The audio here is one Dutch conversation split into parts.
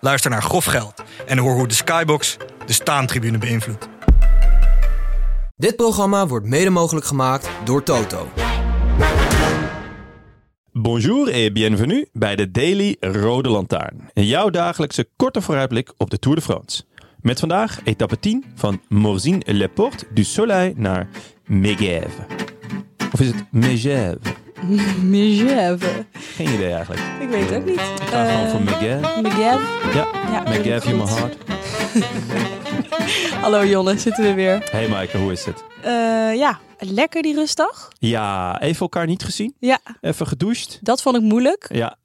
Luister naar Grof Geld en hoor hoe de Skybox de staantribune beïnvloedt. Dit programma wordt mede mogelijk gemaakt door Toto. Bonjour et bienvenue bij de Daily Rode Lantaarn. Jouw dagelijkse korte vooruitblik op de Tour de France. Met vandaag etappe 10 van Morzine-les-Portes du Soleil naar Megève. Of is het Megève? Megève. Geen idee eigenlijk. Ik weet het ook niet. Eh, Ik ga gewoon voor Megève. Megève. Ja, Ja, Megève in my goed. heart. Hallo Jonne, zitten we weer. Hey Maaike, hoe is het? Eh, ja, lekker die rustdag. Ja, even elkaar niet gezien. Ja, Even gedoucht. dat vond ik moeilijk. Ja,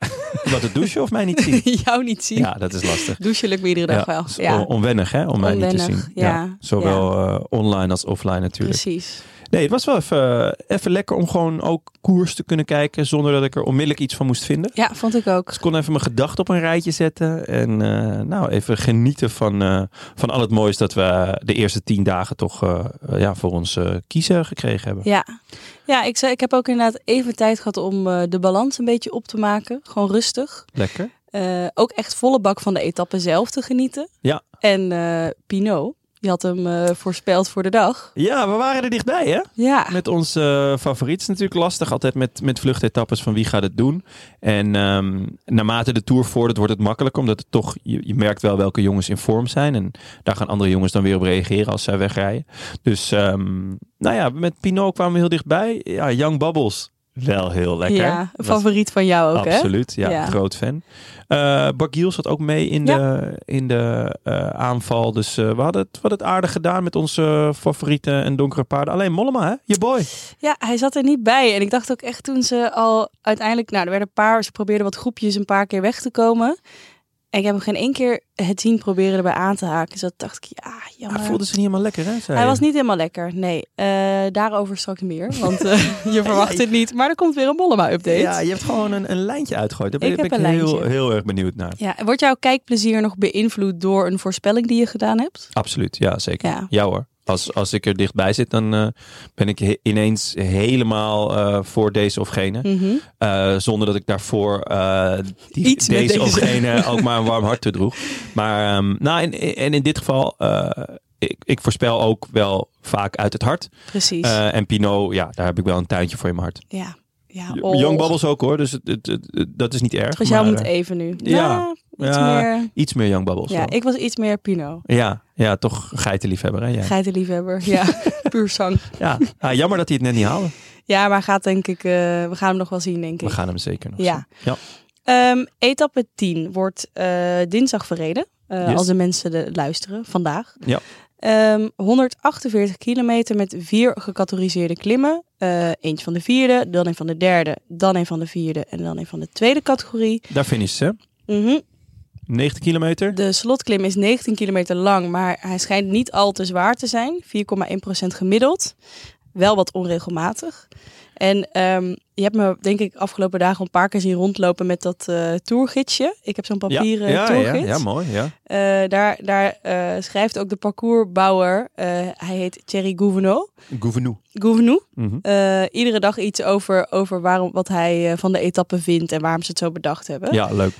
wat het douchen of mij niet zien. Jou niet zien. Ja, dat is lastig. Douchen lukt me iedere dag wel. is Ja, on- onwennig hè, om mij niet te Onwennig, zien. ja, Zowel eh, online als offline natuurlijk. precies. Nee, het was wel even, eh, even lekker om gewoon ook koers te kunnen kijken zonder dat ik er onmiddellijk iets van moest vinden. Ja, vond ik ook. Dus ik kon even mijn gedachten op een rijtje zetten en eh, nou even genieten van, eh, van al het moois dat we de eerste tien dagen toch eh, ja, voor ons eh, kiezen gekregen hebben. Ja, ja ik, zei, ik heb ook inderdaad even tijd gehad om eh, de balans een beetje op te maken. Gewoon rustig. Lekker. Eh, ook echt volle bak van de etappe zelf te genieten. Ja. En eh Pino, die had hem eh, voorspeld voor de dag. Ja, we waren er dichtbij hè? Ja, Met onze eh, favoriet is het natuurlijk lastig altijd met, met vluchtetappes van wie gaat het doen. En ehm, naarmate de Tour vordert wordt het makkelijker. Omdat het toch, je, je merkt wel welke jongens in vorm zijn. En daar gaan andere jongens dan weer op reageren als zij wegrijden. Dus ehm, nou ja, met Pinot kwamen we heel dichtbij. Ja, Young Bubbles. Wel heel lekker. ja een Was- favoriet van jou ook, hè? Absoluut, ja, Ja. groot fan. Eh Bagiel zat ook mee in Ja. de, in de eh, aanval. Dus eh, we, hadden het, we hadden het aardig gedaan met onze eh, favorieten en donkere paarden. Alleen Mollema, hè? Je boy. Ja, hij zat er niet bij. En ik dacht ook echt toen ze al uiteindelijk... Nou, er werden een paar... Ze probeerden wat groepjes een paar keer weg te komen. En ik heb hem geen één keer het zien proberen erbij aan te haken. Dus dat dacht ik, ja, jammer. Hij voelde zich niet helemaal lekker, hè? zei Hij je. was niet helemaal lekker, nee. Eh, daarover straks meer, want eh, je verwacht het niet. Maar er komt weer een Mollema-update. Ja, je hebt gewoon een, een lijntje uitgegooid. Daar ben Ik ben heb een heel, lijntje. heel erg benieuwd naar. Ja, wordt jouw kijkplezier nog beïnvloed door een voorspelling die je gedaan hebt? Absoluut, ja, zeker. Ja, Ja. hoor. Als, als ik er dichtbij zit, dan eh, ben ik he- ineens helemaal eh, voor deze of gene. Mhm. Eh, zonder dat ik daarvoor eh, die, Iets met deze, of deze. gene ook maar een warm hart toedroeg. Maar ehm, nou, en, en in dit geval, eh, ik, ik voorspel ook wel vaak uit het hart. Precies, Eh, en Pinot, ja, daar heb ik wel een tuintje voor in mijn hart. ja. ja oh. Young Bubbles ook hoor, dus het, het, het- het- dat is niet erg. Dus jou maar, moet eh, even nu. ja. Nou, iets Ja, meer... Iets meer Young Bubbles. Ja, wel. ik was iets meer Pino. Ja, ja, toch geitenliefhebber. Hè? Ja. Geitenliefhebber, ja. Puur zang. Ja. Ah, jammer dat hij het net niet haalde. Ja, maar gaat denk ik, eh, we gaan hem nog wel zien, denk We ik. gaan hem zeker nog Ja. zien. Ja. Ehm, etappe 10 wordt eh, dinsdag verreden. eh, Yes. Als de mensen de, luisteren vandaag. Ja. Ehm, 148 kilometer met vier gecategoriseerde klimmen. Eh, eentje van de vierde, dan een van de derde, dan een van de vierde en dan een van de tweede categorie. Daar finish ze. Mhm. 90 kilometer. De slotklim is 19 kilometer lang, maar hij schijnt niet al te zwaar te zijn. 4,1% gemiddeld. Wel wat onregelmatig. En ehm, je hebt me, denk ik, afgelopen dagen een paar keer zien rondlopen met dat eh tourgidsje. Ik heb zo'n papieren ja, ja, tourgids. ja, ja, mooi. Ja. Eh, daar daar eh, schrijft ook de parcoursbouwer, eh, hij heet Thierry Gouvenot. Gouvenou. Gouvenou. Mhm. Eh, iedere dag iets over, over waarom, wat hij eh, van de etappe vindt en waarom ze het zo bedacht hebben. Ja, leuk.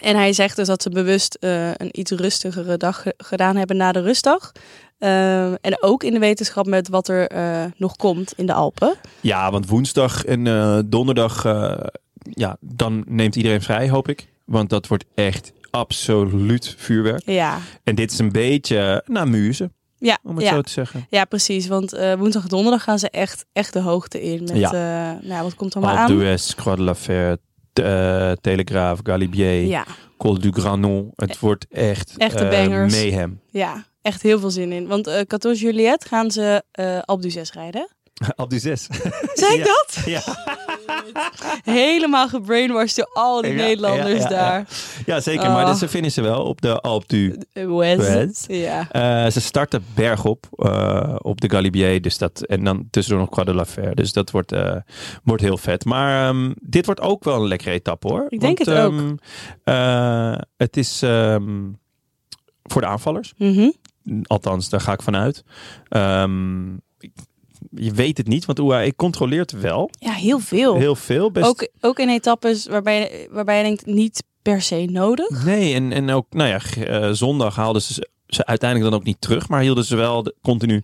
En hij zegt dus dat ze bewust eh, een iets rustigere dag ge- gedaan hebben na de rustdag. Ehm, en ook in de wetenschap met wat er eh, nog komt in de Alpen. Ja, want woensdag en eh, donderdag, eh, ja, dan neemt iedereen vrij, hoop ik. Want dat wordt echt absoluut vuurwerk. Ja, En dit is een beetje naar muze, ja, om het ja. zo te zeggen. ja precies. Want eh, woensdag en donderdag gaan ze echt, echt de hoogte in. Met, Ja. Oh, ja. nou, ja, wat komt er maar Alpe aan? d'Huez, Croix de la Fer, eh Telegraaf, Galibier, Ja, Col du Granon. Het wordt echt, E- Echte eh, bangers. mayhem. ja, echt heel veel zin in. Want eh 14 Juliet gaan ze eh Alpe d'Huez rijden. Alpe d'Huez. Zei Ja. ik dat? Ja. Helemaal gebrainwashed door al die Ja, Nederlanders ja, ja, ja. daar. Ja, zeker. Maar Oh. dus ze finishen wel op de Alpe du Eh, Wes. Wes. Ja. Eh, ze starten bergop eh, op de Galibier. Dus dat, en dan tussendoor nog Croix de la Fer. Dus dat wordt, eh, wordt heel vet. Maar ehm, dit wordt ook wel een lekkere etappe hoor. Ik denk het ook. ehm, eh, het is ehm, voor de aanvallers. Mhm. Althans, daar ga ik vanuit. Ehm, ik- je weet het niet, want UAE controleert wel ja, heel veel. heel veel. Best Ook, ook in etappes waarbij, waarbij je denkt, niet per se nodig. Nee, en, en ook, nou ja, g- eh, zondag haalden ze ze- ze uiteindelijk dan ook niet terug, maar hielden ze wel de- continu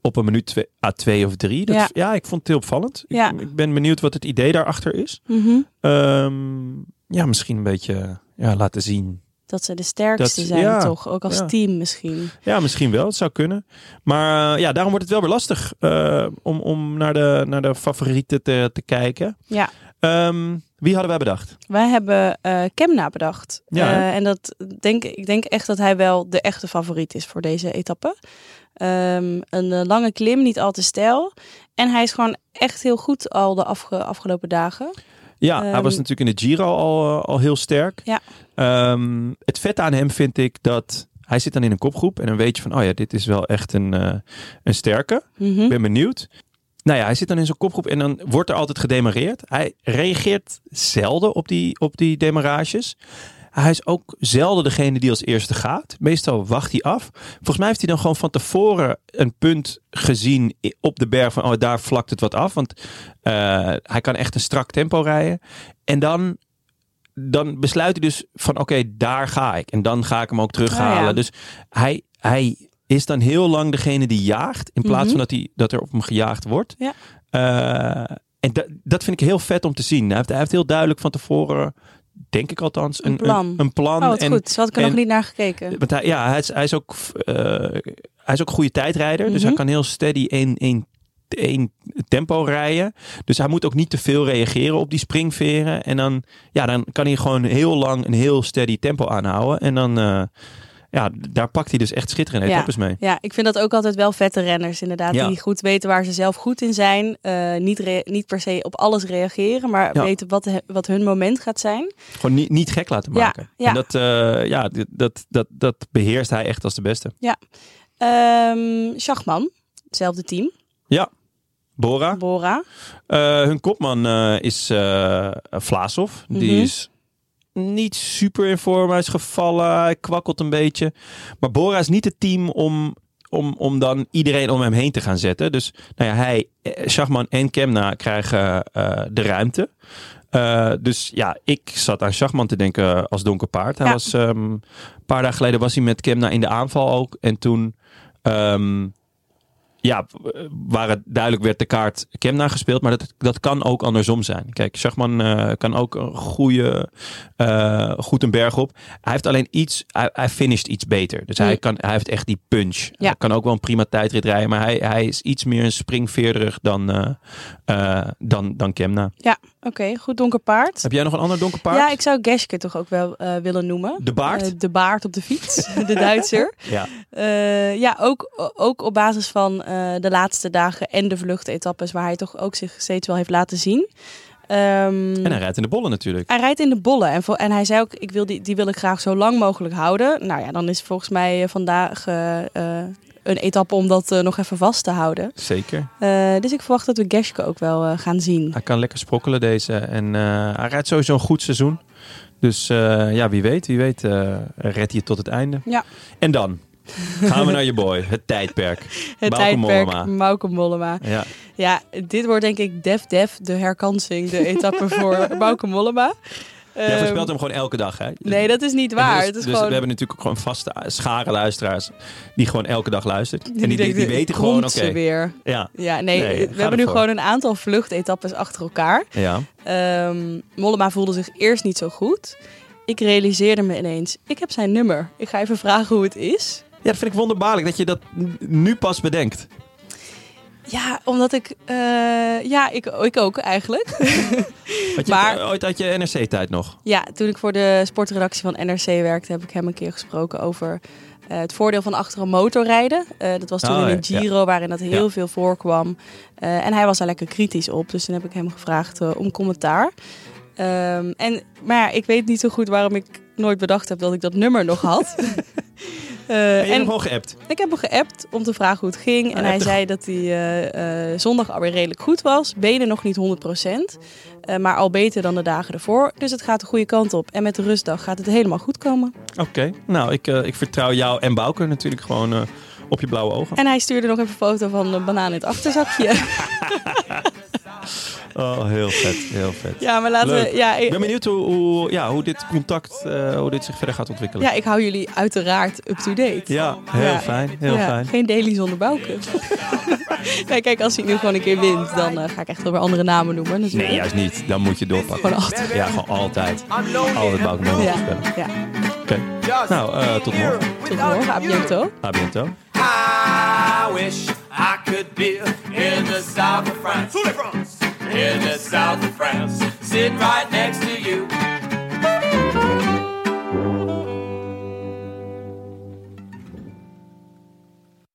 op een minuut twee, à twee of drie. Dat, ja. Ja. ik vond het heel opvallend. Ja. Ik, ik ben benieuwd wat het idee daarachter is. Mhm. Ehm, ja, misschien een beetje ja, laten zien. Dat ze de sterkste Dat- zijn ja, toch, ook als ja. team misschien. Ja, misschien wel. Het zou kunnen. Maar eh, ja, daarom wordt het wel weer lastig eh, om, om naar, de, naar de favorieten te, te kijken. Ja. Ehm, wie hadden wij bedacht? Wij hebben eh Kemna bedacht. Ja, Eh, hè? en dat denk, ik denk echt dat hij wel de echte favoriet is voor deze etappe. Ehm, een eh, lange klim, niet al te stijl. En hij is gewoon echt heel goed al de afge- afgelopen dagen. Ja, hij Ehm, was natuurlijk in de Giro al, eh, al heel sterk. Ja. Ehm, het vet aan hem vind ik dat hij zit dan in een kopgroep en dan weet je van, oh ja, dit is wel echt een, eh, een sterke. Mhm. Ik ben benieuwd. Nou ja, hij zit dan in zo'n kopgroep en dan wordt er altijd gedemareerd. Hij reageert zelden op die, op die demarages. Hij is ook zelden degene die als eerste gaat. Meestal wacht hij af. Volgens mij heeft hij dan gewoon van tevoren een punt gezien i- op de berg. Van oh, daar vlakt het wat af. Want eh, hij kan echt een strak tempo rijden. En dan, dan besluit hij dus van oké, daar ga ik. En dan ga ik hem ook terughalen. Ah, ja. Dus hij, hij is dan heel lang degene die jaagt. In plaats Mhm. van dat, hij, dat er op hem gejaagd wordt. Ja. Eh, en dat, dat vind ik heel vet om te zien. Hij heeft, hij heeft heel duidelijk van tevoren, denk ik althans, Een een, plan. Een, plan. Oh, wat en, goed. Zo had ik er en- nog niet naar gekeken. Eh, want hij, ja, hij is, hij is ook, eh, hij is ook een goede tijdrijder. Dus Mhm. hij kan heel steady één, één, één tempo rijden. Dus hij moet ook niet te veel reageren op die springveren. En dan, ja, dan kan hij gewoon heel lang een heel steady tempo aanhouden. En dan, eh, ja, daar pakt hij dus echt schitterende Ja. etappes mee. Ja, ik vind dat ook altijd wel vette renners inderdaad. Ja. Die goed weten waar ze zelf goed in zijn. Eh, niet, re- niet per se op alles reageren, maar Ja. weten wat, he- wat hun moment gaat zijn. Gewoon niet, niet gek laten Ja, maken. ja. En dat, eh, ja, dit- dat, dat, dat beheerst hij echt als de beste. Ehm Schachman, hetzelfde team. Bora, Bora. Eh, hun kopman eh, is eh Vlaasov. Die Mhm. is niet super in vorm. Hij is gevallen. Hij kwakkelt een beetje. Maar Bora is niet het team om, om, om dan iedereen om hem heen te gaan zetten. Dus nou ja, hij, eh, Schachman en Kemna krijgen eh, de ruimte. Eh, dus ja, ik zat aan Schachman te denken als donker paard. Hij Ja. was, ehm, een paar dagen geleden was hij met Kemna in de aanval ook. En toen ehm, ja, waar het duidelijk werd de kaart Kemna gespeeld. Maar dat, dat kan ook andersom zijn. Kijk, Schachman eh, kan ook een goede, eh, goed een berg op. Hij heeft alleen iets, hij, hij finisht iets beter. Dus hij, Mm. kan, hij heeft echt die punch. Hij Ja. kan ook wel een prima tijdrit rijden. Maar hij, hij is iets meer een springveerderig dan, eh, eh, dan, dan Kemna. Oké, goed donker paard. Heb jij nog een ander donker Eh, paard? Ja, ik zou Geschke toch ook wel eh, willen noemen. De baard? Eh, de baard op de fiets, de Duitser. ja. Eh, ja, ook, ook op basis van eh, de laatste dagen en de vluchtetappes, waar hij toch ook zich steeds wel heeft laten zien. Ehm, En hij rijdt in de bollen natuurlijk. Hij rijdt in de bollen en, vol- en hij zei ook, ik wil die, die wil ik graag zo lang mogelijk houden. Nou ja, dan is volgens mij eh, vandaag eh, eh, een etappe om dat eh, nog even vast te houden. Zeker. Eh, dus ik verwacht dat we Geschke ook wel eh, gaan zien. Hij kan lekker sprokkelen deze. En eh, hij rijdt sowieso een goed seizoen. Dus eh, ja, wie weet, wie weet eh redt hij het tot het einde. Ja. En dan gaan we naar je boy, het tijdperk. Het Bauke Mollema. tijdperk Mauke Mollema. Ja, Ja, dit wordt denk ik def def de herkansing, de etappe voor Bauke Mollema. Jij Ehm, voorspelt hem gewoon elke dag, hè? Nee, dat is niet En dus- waar. het dus is gewoon... we hebben natuurlijk ook gewoon vaste schare luisteraars die gewoon elke dag luistert. En die, die, denkt, die "Dit weten gewoon, komt oké. ze weer. Ja, Ja, nee, Nee, ga we hebben nu ervoor. gewoon een aantal vluchtetappes achter elkaar. ja. Ehm, Mollema voelde zich eerst niet zo goed. Ik realiseerde me ineens, ik heb zijn nummer. Ik ga even vragen hoe het is. ja, dat vind ik wonderbaarlijk dat je dat n- nu pas bedenkt. Ja, omdat ik... eh, ja, ik, ik ook eigenlijk. Want je Maar- hebt, eh, ooit uit je NRC-tijd nog. Ja, toen ik voor de sportredactie van NRC werkte, heb ik hem een keer gesproken over eh, eh, het voordeel van achter een motor rijden. Eh, dat was toen Oh, in ja, een Giro waarin dat heel veel voorkwam. Eh, en hij was daar lekker kritisch op. Dus toen heb ik hem gevraagd eh, om commentaar. Ehm, en, maar ja, ik weet niet zo goed waarom ik nooit bedacht heb dat ik dat nummer nog had. Eh, Ben je en hem gewoon geappt? ik heb hem geappt om te vragen hoe het ging. en heb hij je zei dat hij eh, eh, zondag alweer redelijk goed was. Benen nog niet 100%, eh, maar al beter dan de dagen ervoor. Dus het gaat de goede kant op. En met de rustdag gaat het helemaal goed komen. Oké. Nou, ik, eh, ik vertrouw jou en Bouke natuurlijk gewoon eh, op je blauwe ogen. En hij stuurde nog even een foto van een banaan in het achterzakje. Oh, heel vet. Heel vet. ja, maar laten Leuk. we... Ja, Ik ben benieuwd hoe, hoe, ja, hoe dit contact eh, hoe dit zich verder gaat ontwikkelen. ja, ik hou jullie uiteraard up-to-date. Ja, heel Ja. fijn. Heel Ja, fijn. Geen daily zonder Bouke. nee, kijk, als hij nu gewoon een keer wint, dan eh, ga ik echt wel weer andere namen noemen. natuurlijk. Nee, juist niet. Dan moet je doorpakken. Gewoon altijd. Ja, gewoon altijd. I'm lonely. Altijd Bouke mogen Ja, spelen. Oké. ja. Nou, eh, tot morgen. Tot morgen, à bientôt. A bientôt. I wish I could be in the south of France. In the south of France. Sitting right next to you.